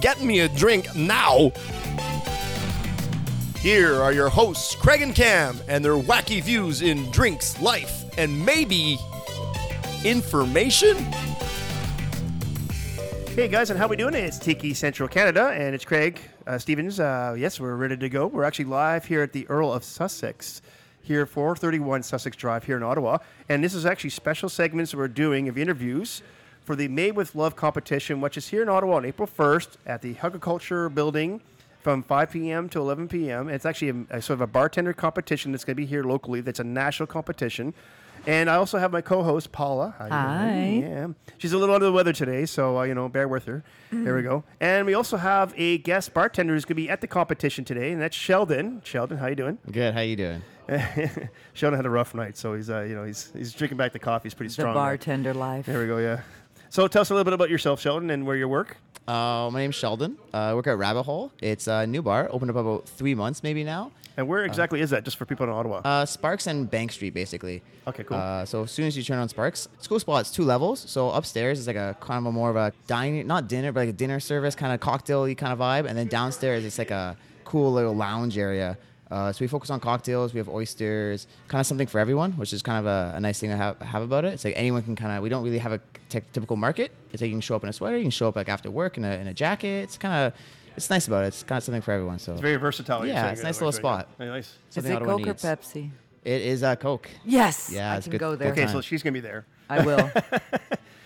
get me a drink now. Here are your hosts, Craig and Cam, and their wacky views in drinks, life, and maybe information? Hey guys, and how we doing? It's Tiki Central Canada, and it's Craig uh, Stevens. Uh, yes, we're ready to go. We're actually live here at the Earl of Sussex, here at 431 Sussex Drive here in Ottawa, and this is actually special segments we're doing of interviews for the Made with Love competition, which is here in Ottawa on April 1st at the Agriculture Building from 5 p.m. to 11 p.m. It's actually a, a sort of a bartender competition that's going to be here locally. That's a national competition. And I also have my co-host Paula. How you doing? Hi. Yeah, she's a little under the weather today, so uh, you know, bear with her. There we Mm-hmm. go. And we also have a guest bartender who's going to be at the competition today, and that's Sheldon. Sheldon, how you doing? Good. How you doing? Sheldon had a rough night, so he's uh, you know he's he's drinking back the coffee. He's pretty the strong. there. bartender life. There we go. Yeah. So tell us a little bit about yourself, Sheldon, and where you work. Uh, my name's Sheldon. Uh, I work at Rabbit Hole. It's a new bar, opened up about three months maybe now. And where exactly is that, just for people in Ottawa? Uh, Sparks and Bank Street, basically. Okay, cool. Uh, so as soon as you turn on Sparks, it's a cool spot. It's two levels. So upstairs is like a kind of a more of a dining, not dinner, but like a dinner service kind of cocktail-y kind of vibe. And then downstairs, it's like a cool little lounge area. Uh, so we focus on cocktails. We have oysters, kind of something for everyone, which is kind of a, a nice thing to have, have about it. It's like anyone can kind of. We don't really have a t- typical market. It's like you can show up in a sweater, you can show up like after work in a, in a jacket. It's kind of, it's nice about it. It's kind of something for everyone. So it's very versatile. you're saying, yeah, it's a uh, nice little very good. spot. Very nice. Is something it Ottawa Coke or needs. Pepsi? It is uh, Coke. Yes. Yeah, I it's can good- go there. good Okay, so time. she's gonna be there. I will.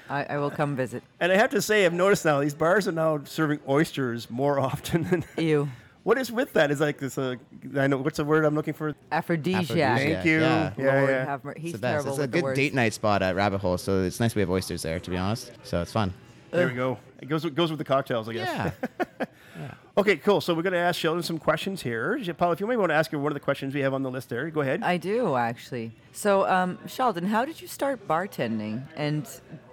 I, I will come visit. And I have to say, I've noticed now these bars are now serving oysters more often. Than Ew. What is with that? Is like this. Uh, I know what's the word I'm looking for. Aphrodisiac. Aphrodisiac. Thank you. yeah. yeah. Lord yeah. have mer- He's it's the best. terrible It's a with good the words. date night spot at Rabbit Hole, so it's nice we have oysters there, to be honest. So it's fun. There we go. It goes with- goes with the cocktails, I guess. Yeah. Okay, cool. So we're going to ask Sheldon some questions here. Sh- Paul, if you may want to ask her one of the questions we have on the list there, go ahead. I do actually. So, um, Sheldon, how did you start bartending, and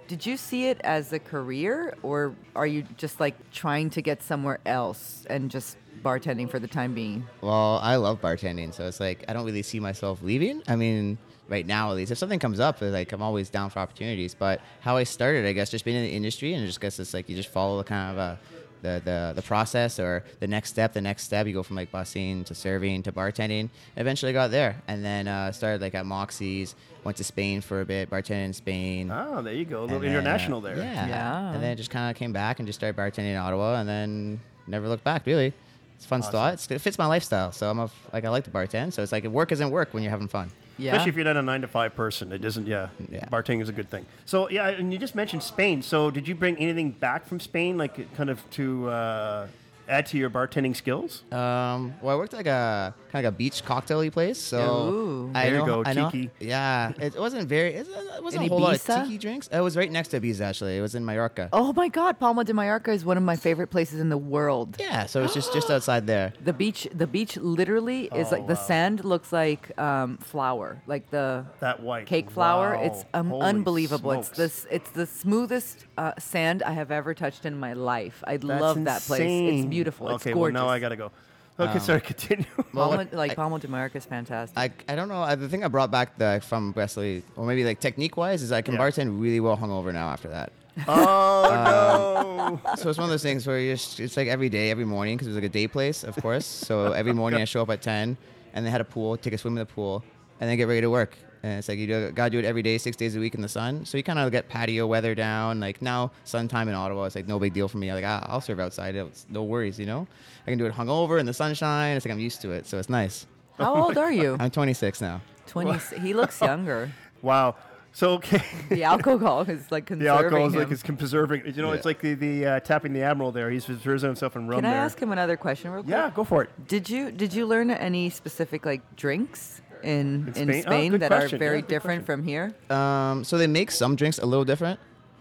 did you see it as a career, or are you just like trying to get somewhere else and just bartending for the time being? well, I love bartending, so it's like I don't really see myself leaving. I mean, right now at least, if something comes up, it's like I'm always down for opportunities. But how I started, I guess, just being in the industry, and I just guess it's like you just follow the kind of uh the, the, the process or the next step, the next step. You go from like busing to serving to bartending. Eventually got there, and then uh, started like at Moxie's, went to Spain for a bit, bartending in Spain. Oh, there you go. A little And then, international uh, there. Yeah. Yeah. And then it just kind of came back and just started bartending in Ottawa and then never looked back, really. It's a fun spot. It's, it fits my lifestyle. So I'm a, f- like, I like to bartend. So it's like work isn't work when you're having fun. Yeah. Especially if you're not a nine to five person. It isn't, yeah. Yeah. Bartending is a good thing. So, yeah, and you just mentioned Spain. So, did you bring anything back from Spain, like kind of to uh, add to your bartending skills? Um, well, I worked at like a kind of like a beach cocktail-y place. So Ooh. I There you go, know, I know- tiki. yeah. It wasn't very, it wasn't In a whole lot Ibiza? of tiki drinks. It was right next to Ibiza, actually. It was in Mallorca. oh my God, Palma de Mallorca is one of my favorite places in the world. Yeah. So it's just, just outside there. The beach, the beach literally is like the Oh, sand looks like um, flour, like the That white. cake flour. Wow. It's um, Holy unbelievable. It's smokes. this, it's the smoothest uh, sand I have ever touched in my life. I That's love that place. It's insane. beautiful. Okay, it's gorgeous. well, now I got to go. Okay, Um, sorry, continue. Palma, like I- Palma de Mallorca is fantastic. I, I don't know. I, the thing I brought back the, from Wesley, or maybe like technique wise, is I can Yeah. bartend really well hungover now after that. Uh, oh, no. so it's one of those things where you're just, it's like every day, every morning, because it was like a day place, of course. So every morning I show up at 10 and they had a pool, take a swim in the pool, and then get ready to work. And it's like you do, gotta do it every day, six days a week in the sun. So you kind of get patio weather down. Like now, sun time in Ottawa, it's like no big deal for me. Like I- I'll serve outside, it's no worries, you know. I can do it hungover in the sunshine. It's like I'm used to it, so it's nice. How old are you? I'm 26 now. Twenty. He looks younger. Wow. So, okay. The alcohol is like conserving The alcohol is him. like it's con- preserving. You know, Yeah. it's like the the uh, tapping the admiral there. He's preserving himself in rum Can I there. ask him another question real quick? Yeah, go for it. Did you did you learn any specific like drinks in in Spain? Spain, Oh, good that question. are Yeah, very good different from here? Um, so they make some drinks a little different.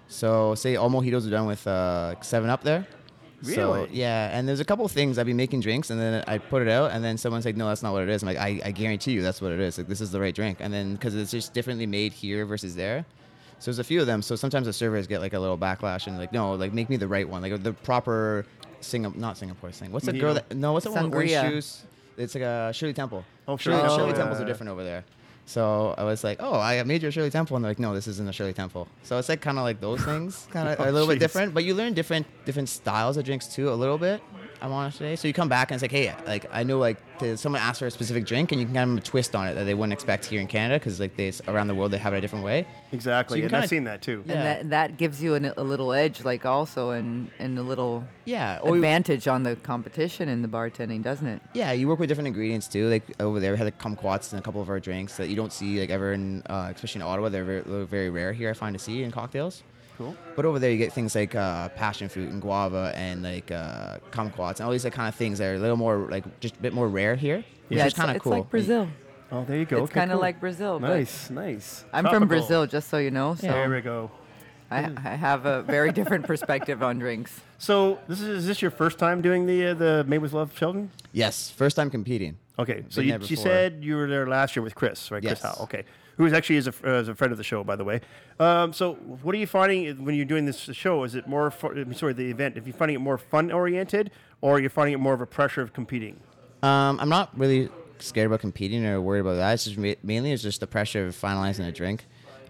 So say all mojitos are done with uh, Seven Up there. Really? So yeah, and there's a couple things I'd be making drinks, and then I put it out, and then someone's like, "No, that's not what it is." I'm like, "I, I guarantee you, that's what it is. Like, this is the right drink." And then because it's just differently made here versus there, so there's a few of them. So sometimes the servers get like a little backlash and like, "No, like make me the right one, like the proper Singapore, not Singapore thing. What's the girl Mojito. that? No, what's the one with orange Sangria. shoes? It's like a Shirley Temple. Oh, Shirley, Shirley Shirley Temple, Temples are yeah. different over there. So I was like, "Oh, I made you a Shirley Temple," and they're like, "No, this isn't a Shirley Temple." So it's like kind of like those things, kind of Oh, a little jeez. bit different. But you learn different different styles of drinks too, a little bit. I'm honest today. So you come back and it's like, hey, like I know like the- someone asked for a specific drink, and you can kind of twist on it that they wouldn't expect here in Canada because like they around the world they have it a different way. Exactly. So you and can I've kinda- seen that too. Yeah. And that, that gives you an, a little edge, like also, and, and a little Yeah. Or you- advantage on the competition in the bartending, doesn't it? Yeah, you work with different ingredients too. Like over there, we had like kumquats in a couple of our drinks that you don't see like ever in, uh, especially in Ottawa. They're very, they're very rare here. I find to see in cocktails. Cool. But over there, you get things like uh, passion fruit and guava and like uh, kumquats and all these like, kind of things that are a little more like just a bit more rare here. Which is it's, kind of it's cool. like Brazil. Oh, there you go. It's Okay, kinda cool. like Brazil, but- Nice, nice. I'm Tropical. from Brazil, just so you know. So There we go. I, I have a very different perspective on drinks. So this is, is this your first time doing the uh, the Made with Love Sheldon? Yes, first time competing. Okay, so Been you, there she before. said you were there last year with Chris, right? Chris Yes. Howe. Okay, who is actually is a, uh, is a friend of the show, by the way. Um, so what are you finding when you're doing this show? Is it more fu- I'm sorry the event? If you're finding it more fun oriented, or you're finding it more of a pressure of competing? Um, I'm not really scared about competing or worried about that. It's just ma- mainly it's just the pressure of finalizing a drink.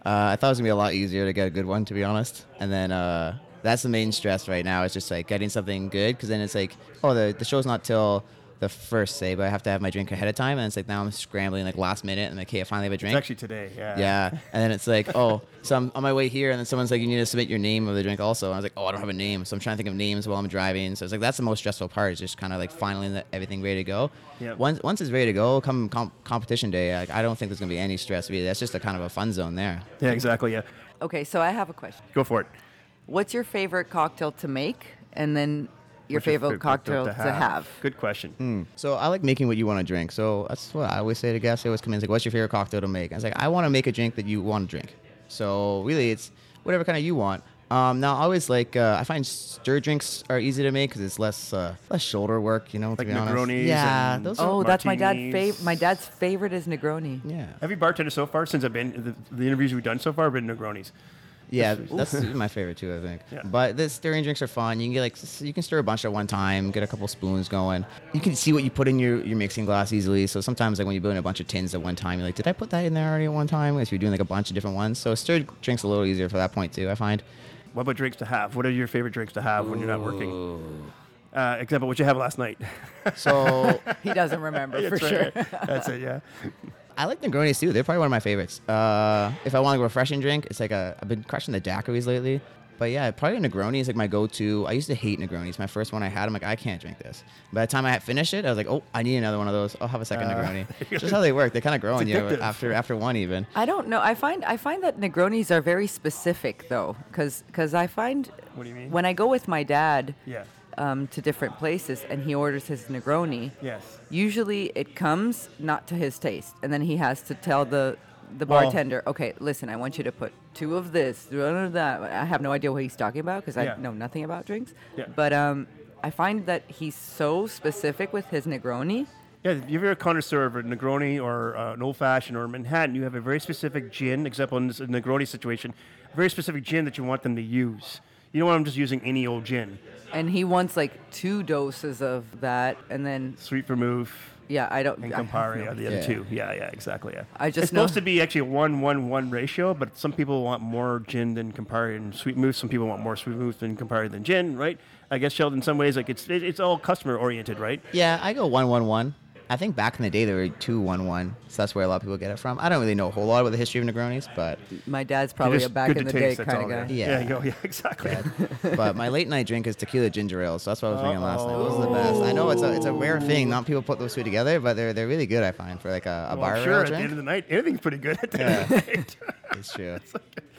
Uh, I thought it was gonna be a lot easier to get a good one, to be honest. And then uh, that's the main stress right now. It's just like getting something good, because then it's like, oh, the the show's not till the first say, but I have to have my drink ahead of time, and it's like now I'm scrambling like last minute, and like, hey, I finally have a It's drink. actually today. Yeah. Yeah, and then it's like, oh, so I'm on my way here, and then someone's like, you need to submit your name of the drink also. And I was like, oh, I don't have a name, so I'm trying to think of names while I'm driving. So it's like that's the most stressful part is just kind of like finally the, everything ready to go. Yeah. Once once it's ready to go, come comp- competition day, like, I don't think there's gonna be any stress. Really. That's just a kind of a fun zone there. Yeah. Exactly. Yeah. Okay, so I have a question. Go for it. What's your favorite cocktail to make, and then your What's your favorite favorite cocktail to have? Good question. So I like making what you want to drink. So that's what I always say to guests. They always come in and say, "What's your favorite cocktail to make?" I was like, "I want to make a drink that you want to drink." So really, it's whatever kind of you want. Um, now I always like uh, I find stir drinks are easy to make because it's less uh, less shoulder work. You know, to Like be honest. Negronis Yeah, and- those are Oh, that's my dad's Martinis. favorite. My dad's favorite is Negroni. yeah Every bartender so far, since I've been the, the interviews we've done so far, have been Negronis. yeah. That's my favorite too. I think. Yeah. But the stirring drinks are fun. You can get like s- you can stir a bunch at one time. Get a couple spoons going. You can see what you put in your, your mixing glass easily. So sometimes like when you put in a bunch of tins at one time, you're like, did I put that in there already at one time? If you're doing like a bunch of different ones, so stirred drinks a little easier for that point too. I find. What about drinks to have? What are your favorite drinks to have when you're not working? Uh, example, what you have last night. So He doesn't remember for That's sure. right. That's it. Yeah. I like Negronis too. They're probably one of my favorites. Uh, if I want like a refreshing drink, it's like a I've been crushing the daiquiris lately. But yeah, probably a Negroni is like my go-to. I used to hate Negronis. My first one I had, I'm like, I can't drink this. By the time I had finished it, I was like, oh, I need another one of those. I'll have a second Negroni. Just how they work. They kind of grow on you addictive. after after one even. I don't know. I find I find that Negronis are very specific though, because I find What do you mean? when I go with my dad Yeah. um, to different places and he orders his Negroni. Yes. Usually it comes not to his taste, and then he has to tell the the Well- bartender, okay, listen, I want you to put two of this, none of that. I have no idea what he's talking about because Yeah. I know nothing about drinks. Yeah. But um, I find that he's so specific with his Negroni. Yeah, if you're a connoisseur of a Negroni or uh, an old fashioned or a Manhattan, you have a very specific gin, example in this Negroni situation, a very specific gin that you want them to use. You don't want them just using any old gin. And he wants like two doses of that, and then Sweet vermouth yeah, I don't. and I have Campari no are the idea. other Yeah. two. Yeah, yeah, exactly. Yeah. I just it's supposed know- to be actually a one one one ratio, but some people want more gin than Campari and sweet vermouth. Some people want more sweet vermouth than Campari than gin, right? I guess Sheldon, in some ways, like it's it, it's all customer oriented, right? Oh, Yeah, I go one one one. I think back in the day they were two one one, so that's where a lot of people get it from. I don't really know a whole lot about the history of Negronis, but My dad's probably a Just back good in the to day taste, that's kind of all, guy. Yeah. Yeah, you go, yeah, exactly. but my late night drink is tequila ginger ale, so that's what I was drinking last night. Those are the best. I know it's a, it's a rare thing. Not people put those two together, but they're they're really good. I find for like a, a Well, bar I'm sure ale at the end drink. of the night, anything's pretty good at the end of the night. it's true.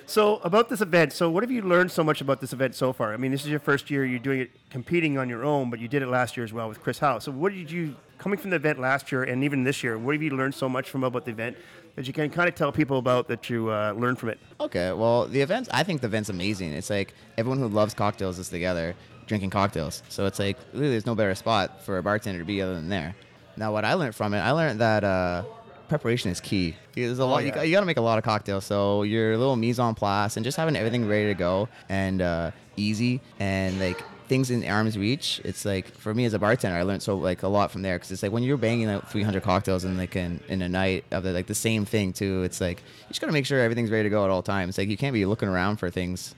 so about this event, so what have you learned so much about this event so far? I mean, this is your first year. You're doing it competing on your own, but you did it last year as well with Chris Howe. So what did you coming from the event last year and even this year? What have you learned so much from about the event that you can kind of tell people about that you uh, learned from it? Okay, well the event. I think the event's amazing. It's like everyone who loves cocktails is together. drinking cocktails. So it's like really there's no better spot for a bartender to be other than there. Now what I learned from it, I learned that uh, preparation is key. There's a lot Oh, you yeah. got- you got to make a lot of cocktails. So your little mise en place and just having everything ready to go and uh, easy and like things in arm's reach. It's like for me as a bartender, I learned so like a lot from there because it's like when you're banging out 300 cocktails in like in, in a night of the, like the same thing too. It's like you just got to make sure everything's ready to go at all times. Like you can't be looking around for things.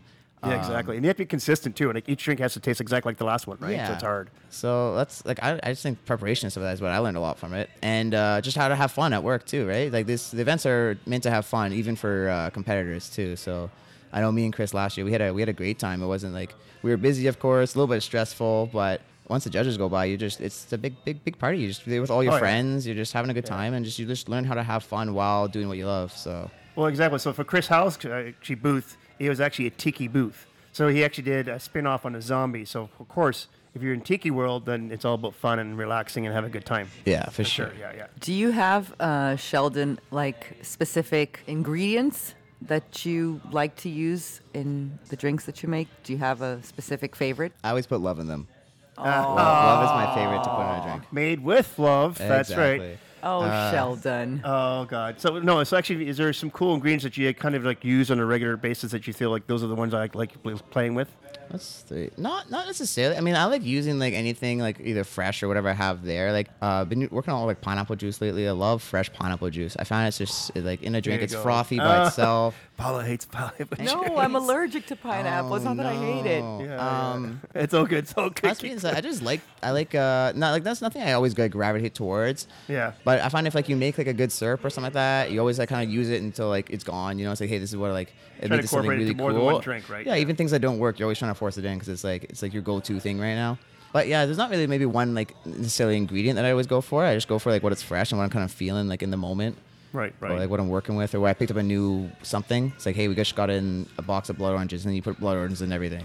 Yeah, exactly. And you have to be consistent too. And like, each drink has to taste exactly like the last one, right? Yeah. So it's hard. So that's like I, I just think preparation and stuff like that is what I learned a lot from it, and uh, just how to have fun at work too, right? Like this, the events are meant to have fun, even for uh, competitors too. So I know me and Chris last year we had a we had a great time. It wasn't like we were busy, of course, a little bit stressful, but once the judges go by, you just it's a big big big party. You just there with all your Oh, yeah. friends, you're just having a good time, and just you just learn how to have fun while doing what you love. So Well, exactly. So for Chris House, uh, actually booth, it was actually a tiki booth. So he actually did a spin off on a zombie. So of course, if you're in tiki world, then it's all about fun and relaxing and having a good time. yeah, for, sure. Sure. Yeah. Yeah. Do you have uh, Sheldon like specific ingredients that you like to use in the drinks that you make? Do you have a specific favorite? I always put love in them. Love, love is my favorite to put in a drink. Uh, Made with love. That's right. Exactly. Oh, Uh, Sheldon. Oh God. So no. So actually, is there some cool ingredients that you kind of like use on a regular basis that you feel like those are the ones I like playing with? That's three. Not not necessarily. I mean, I like using like anything like either fresh or whatever I have there. Like uh, been working on like pineapple juice lately. I love fresh pineapple juice. I found it's just it, like in a drink, you it's go. Ah. frothy by itself. Paula hates pineapple. no, I'm allergic to pineapple. it's Oh, not that I hate no. it. Um, It's all good. It's all good. that's means I just like I like uh not like that's nothing I always like gravitate towards. Yeah. But I find if like you make like a good syrup or something like that, you always like kind of use it until like it's gone. You know, it's like hey, this is what like Try it to made this something incorporate it really to more than cool. one drink, right? Yeah, Yeah. even things that don't work, you're always trying to force it in because it's like it's like your go-to thing right now. But yeah, there's not really maybe one like necessarily ingredient that I always go for. I just go for like what it's fresh and what I'm kind of feeling like in the moment. Right. Right. Or like what I'm working with, or where I picked up a new something. It's like, hey, we just got in a box of blood oranges, and then you put blood oranges in everything.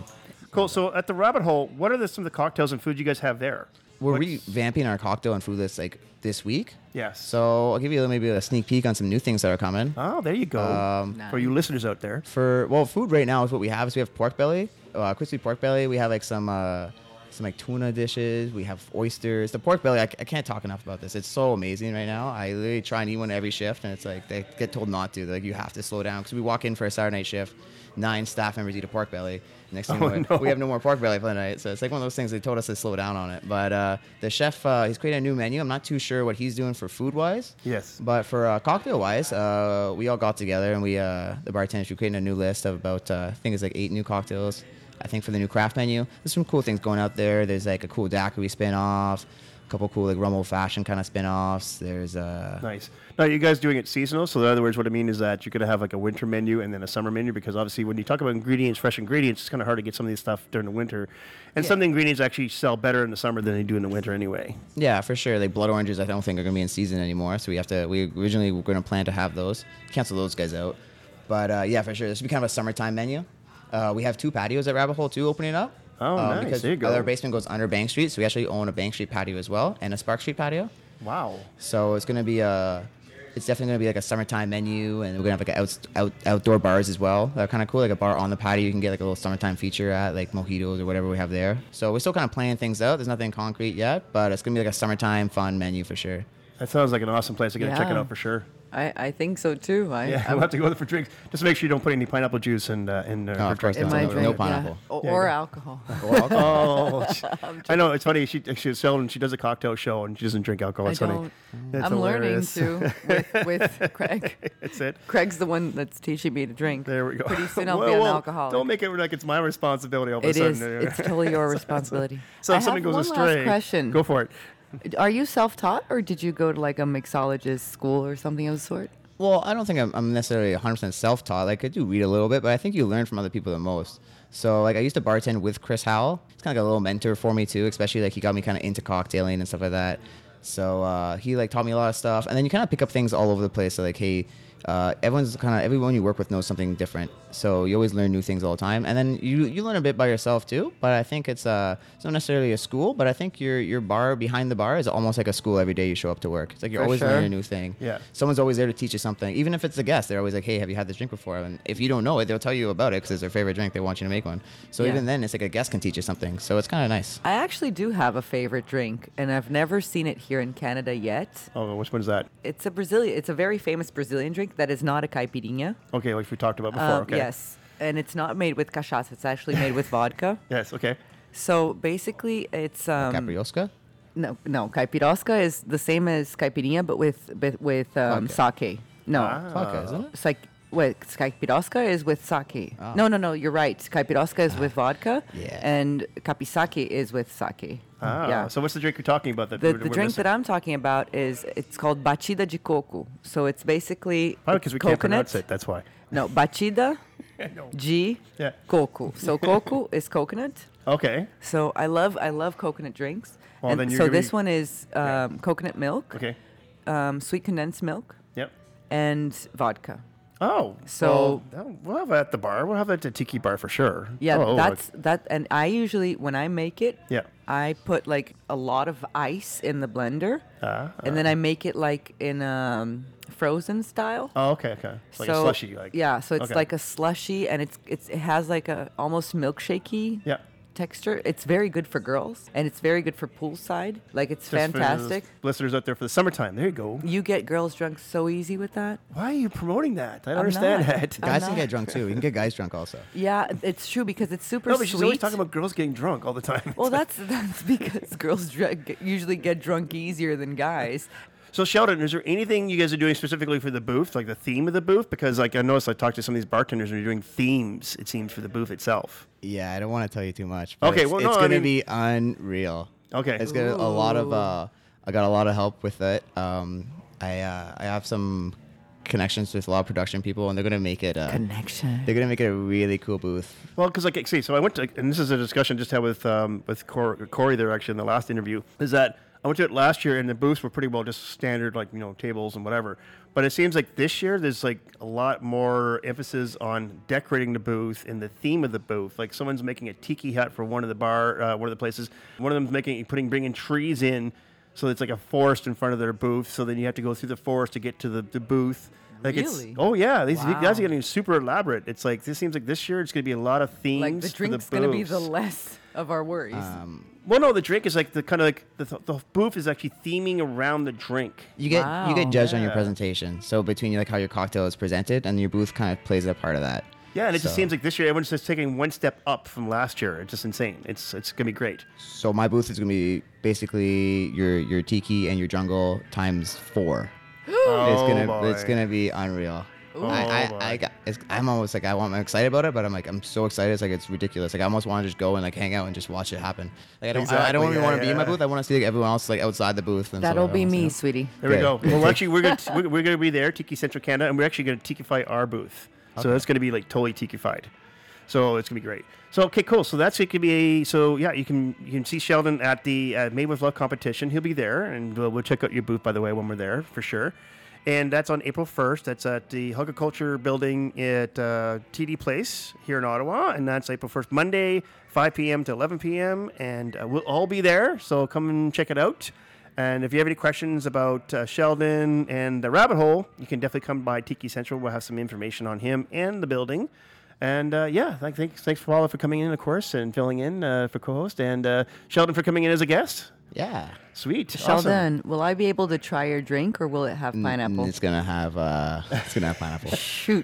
Cool. So at the rabbit hole, what are the, some of the cocktails and food you guys have there? we're What's- revamping our cocktail and food list like this week. Yes. So I'll give you maybe a sneak peek on some new things that are coming. Oh, there you go. um, For you listeners out there. For well, food right now is what we have. Is we have pork belly, uh, crispy pork belly. We have like some uh, some like tuna dishes. We have oysters. The pork belly, I, c- I can't talk enough about this. It's so amazing right now. I literally try and eat one every shift, and it's like they get told not to. They're like you have to slow down because we walk in for a Saturday night shift. Nine staff members eat a pork belly. Next thing Oh, we- no. we have no more pork belly for the night. So it's like one of those things they told us to slow down on it. But uh, the chef, uh, he's created a new menu. I'm not too sure what he's doing for food wise. Yes. But for uh, cocktail wise, uh, we all got together and we, uh, the bartenders, we created a new list of about, uh, I think it's like eight new cocktails. I think for the new craft menu, there's some cool things going out there. There's like a cool daiquiri spin off, a couple cool like rum old fashioned kind of spin offs. There's uh, Nice. Now, you guys doing it seasonal? So, in other words, what I mean is that you're going to have like a winter menu and then a summer menu because obviously, when you talk about ingredients, fresh ingredients, it's kind of hard to get some of these stuff during the winter. And some of the ingredients actually sell better in the summer than they do in the winter anyway. Yeah, for sure. Like blood oranges, I don't think are gonna be in season anymore. So we have to. We originally were gonna plan to have those. Cancel those guys out. But uh, yeah, for sure, this will be kind of a summertime menu. Uh, we have two patios at Rabbit Hole too opening up. Oh, Um, nice. Because There you go. Our basement goes under Bank Street, so we actually own a Bank Street patio as well and a Spark Street patio. Wow. So it's gonna be a, it's definitely gonna be like a summertime menu, and we're gonna have like out, out outdoor bars as well. They're kind of cool, like a bar on the patio. You can get like a little summertime feature at like mojitos or whatever we have there. So we're still kind of planning things out. There's nothing concrete yet, but it's gonna be like a summertime fun menu for sure. That sounds like an awesome place. I'm going to check it Yeah. out for sure. I, I think so too. I, Yeah, I'm- we'll have to go there for drinks. Just make sure you don't put any pineapple juice in, uh, in uh, Oh, her of course drink. in not. my No drink, yeah. pineapple. O- Yeah, or yeah. alcohol. Oh, I know. It's funny. She she's selling. She does a cocktail show and she doesn't drink alcohol. I It's funny. don't. Mm. That's I'm hilarious. learning too with, with Craig. That's it. Craig's the one that's teaching me to drink. There we go. Pretty soon I'll Whoa, be an whoa, alcoholic. Don't make it like it's my responsibility all of it a is. sudden. It's totally your responsibility. so I if something have goes one astray, Last question. go for it. Are you self-taught, or did you go to like a mixologist school or something of the sort? Well, I don't think I'm, I'm necessarily 100% self-taught. Like I do read a little bit, but I think you learn from other people the most. So like I used to bartend with Chris Howell. He's kind of like a little mentor for me too, especially like he got me kind of into cocktailing and stuff like that. So uh, he like taught me a lot of stuff, and then you kind of pick up things all over the place. So like, hey, uh, everyone's kind of everyone you work with knows something different, so you always learn new things all the time. And then you you learn a bit by yourself too. But I think it's uh it's not necessarily a school, but I think your your bar behind the bar is almost like a school every day you show up to work. It's like you're For always sure. learning a new thing. Yeah. someone's always there to teach you something, even if it's a guest. They're always like, hey, have you had this drink before? And if you don't know it, they'll tell you about it because it's their favorite drink. They want you to make one. So Yeah. even then, it's like a guest can teach you something. So it's kind of nice. I actually do have a favorite drink, and I've never seen it here in Canada yet. Oh, which one's that? It's a Brazilian. It's a very famous Brazilian drink that is not a caipirinha. Okay, like we talked about before. Um, okay. Yes, and it's not made with cachaça. It's actually made with vodka. Yes. Mm, Okay. So basically, it's um, Capriosca. no, no, caipirosca is the same as caipirinha, but with with, with um, sake. No, Ah. uh, Vodka, isn't it? it's like wait, it's caipiroska is with sake. Oh. No, no, no, you're right. Caipiroska Ah. is with vodka. Yeah. And kapisaki is with sake. Ah, yeah. So what's the drink you're talking about? That the, the drink that I'm talking about is it's called bachida de coco. So it's basically probably it's because we can't coconut. pronounce it. That's why. No, bachida de Yeah. coco. So coco is coconut. Okay. So I love I love coconut drinks. Well, and then you're so gonna this be- one is um, coconut milk, Okay. um, sweet condensed milk, Yep. and vodka. Oh. So- well, that- we'll have that at the bar. We'll have that at the tiki bar for sure. Yeah, Oh, that's that. And I usually when I make it, Yeah. I put like a lot of ice in the blender, Ah, and then I make it like in um, frozen style. Oh, okay, okay. It's like a slushy, like yeah, so it's okay. like a slushy, and it's it's it has like a almost milkshakey yeah. texture. It's very good for girls, and it's very good for poolside. Like it's Just for those fantastic. listeners out there for the summertime. There you go. You get girls drunk so easy with that. Why are you promoting that? I don't I'm understand not. that. I'm Guys can not- get drunk too. You can get guys drunk also. Yeah, it's true because it's super No, but she's always sweet. talking about girls getting drunk all the time. well, that's that's because girls dr- get- usually get drunk easier than guys. So Sheldon, is there anything you guys are doing specifically for the booth, like the theme of the booth? Because like I noticed, I talked to some of these bartenders, and you're doing themes. It seems for the booth itself. Yeah, I don't want to tell you too much. But Okay, it's, well, it's no, I mean- gonna be unreal. Okay. it's gonna a lot of. Uh, I got a lot of help with it. Um, I uh, I have some connections with a lot of production people, and they're gonna make it. Uh, Connection. they're gonna make it a really cool booth. Well, because like see, so I went to, and this is a discussion just had with um, with Cor- Corey there actually in the last interview. Is that I went to it last year, and the booths were pretty well just standard like you know tables and whatever. But it seems like this year there's like a lot more emphasis on decorating the booth and the theme of the booth. Like someone's making a tiki hut for one of the bar, uh, one of the places. One of them's making putting bringing trees in, so it's like a forest in front of their booth. So then you have to go through the forest to get to the, the booth. Like Really? it's oh yeah, these Wow. guys are getting super elaborate. It's like this seems like this year it's going to be a lot of themes. Like the for Um, drink's gonna be the booths. less of our worries. well, no, the drink is like the kind of like the, the booth is actually theming around the drink. You get you get Wow. judged on your Yeah. presentation. So between like how your cocktail is presented, and your booth kind of plays a part of that. Yeah, and it just So- seems like this year everyone's just taking one step up from last year. It's just insane. It's it's going to be great. So my booth is gonna be basically your your tiki and your jungle times four. it's gonna it's boy. gonna be unreal. I, Oh, I, I boy. got, it's, I'm almost like I want, I'm excited about it, but I'm like I'm so excited. It's like it's ridiculous. Like I almost want to just go and like hang out and just watch it happen. Like I don't I, I Exactly, don't even yeah, want to be in my yeah. booth. I want to see like everyone else like outside the booth. And so That'll I be wanna see me, them. sweetty. There we Okay. go. Well, actually, we're going to we're, we're going to be there, Tiki Central Canada, and we're actually going to tikify our booth. So that's going to be like totally tikified. So it's going to be great. So okay, cool. So that's it. Could be a, so yeah. You can you can see Sheldon at the uh, Made with Love competition. He'll be there, and we'll, we'll check out your booth by the way when we're there for sure. And that's on April first. That's at the Hugger Culture Building at uh, TD Place here in Ottawa, and that's April first, Monday, 5 p.m. to 11 p.m. And uh, we'll all be there. So come and check it out. And if you have any questions about uh, Sheldon and the rabbit hole, you can definitely come by Tiki Central. We'll have some information on him and the building. And uh, yeah, thank- thanks, thanks for Paula for coming in, of course, and filling in uh, for co-host, and uh, Sheldon for coming in as a guest. Yeah. Sweet, awesome. Sheldon, will I be able to try your drink or will it have And pineapple? It's gonna have uh, it's gonna have pineapple. You're Shoot.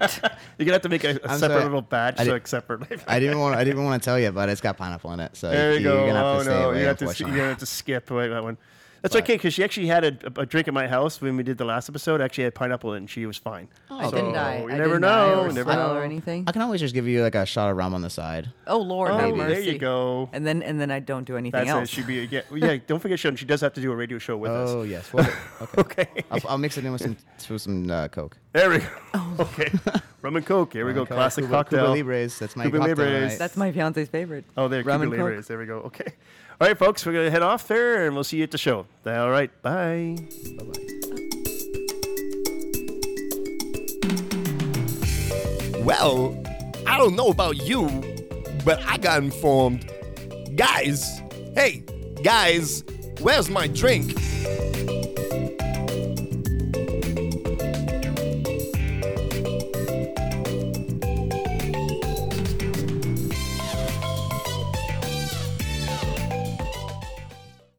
gonna have to make a, a I'm separate sorry. little badge, so I did- it's separate. I didn't want I didn't want to tell you, but it's got pineapple in it. So There you are go. gonna have to oh stay no, away, you have to you unfortunately. have to skip away that one. That's okay, 'cause okay because she actually had a, a drink at my house when we did the last episode. Actually, had pineapple and she was fine. I Oh, didn't die. you I never didn't die know. Or you never smell know. or anything. I can always just give you like a shot of rum on the side. Oh Lord, Oh, have there mercy. you go. And then and then I don't do anything That's it. else. She'd be yeah, well, yeah. Don't forget, Sheldon. She does have to do a radio show with Oh us. yes. Well, okay. Okay. I'll, I'll mix it in with some with some uh, Coke. There we go. Oh. Okay. Rum and Coke. Here we go. Coke, Classic Cuba- cocktail. Cuba Libres. That's my Cuba cocktail Libres. tonight. That's my fiance's favorite. Oh, there. Rum Cuba and Coke. Libres. There we go. Okay. All right, folks. We're gonna head off there, and we'll see you at the show. All right. Bye. Bye-bye. Well, I don't know about you, but I got informed. Guys, hey, guys, where's my drink?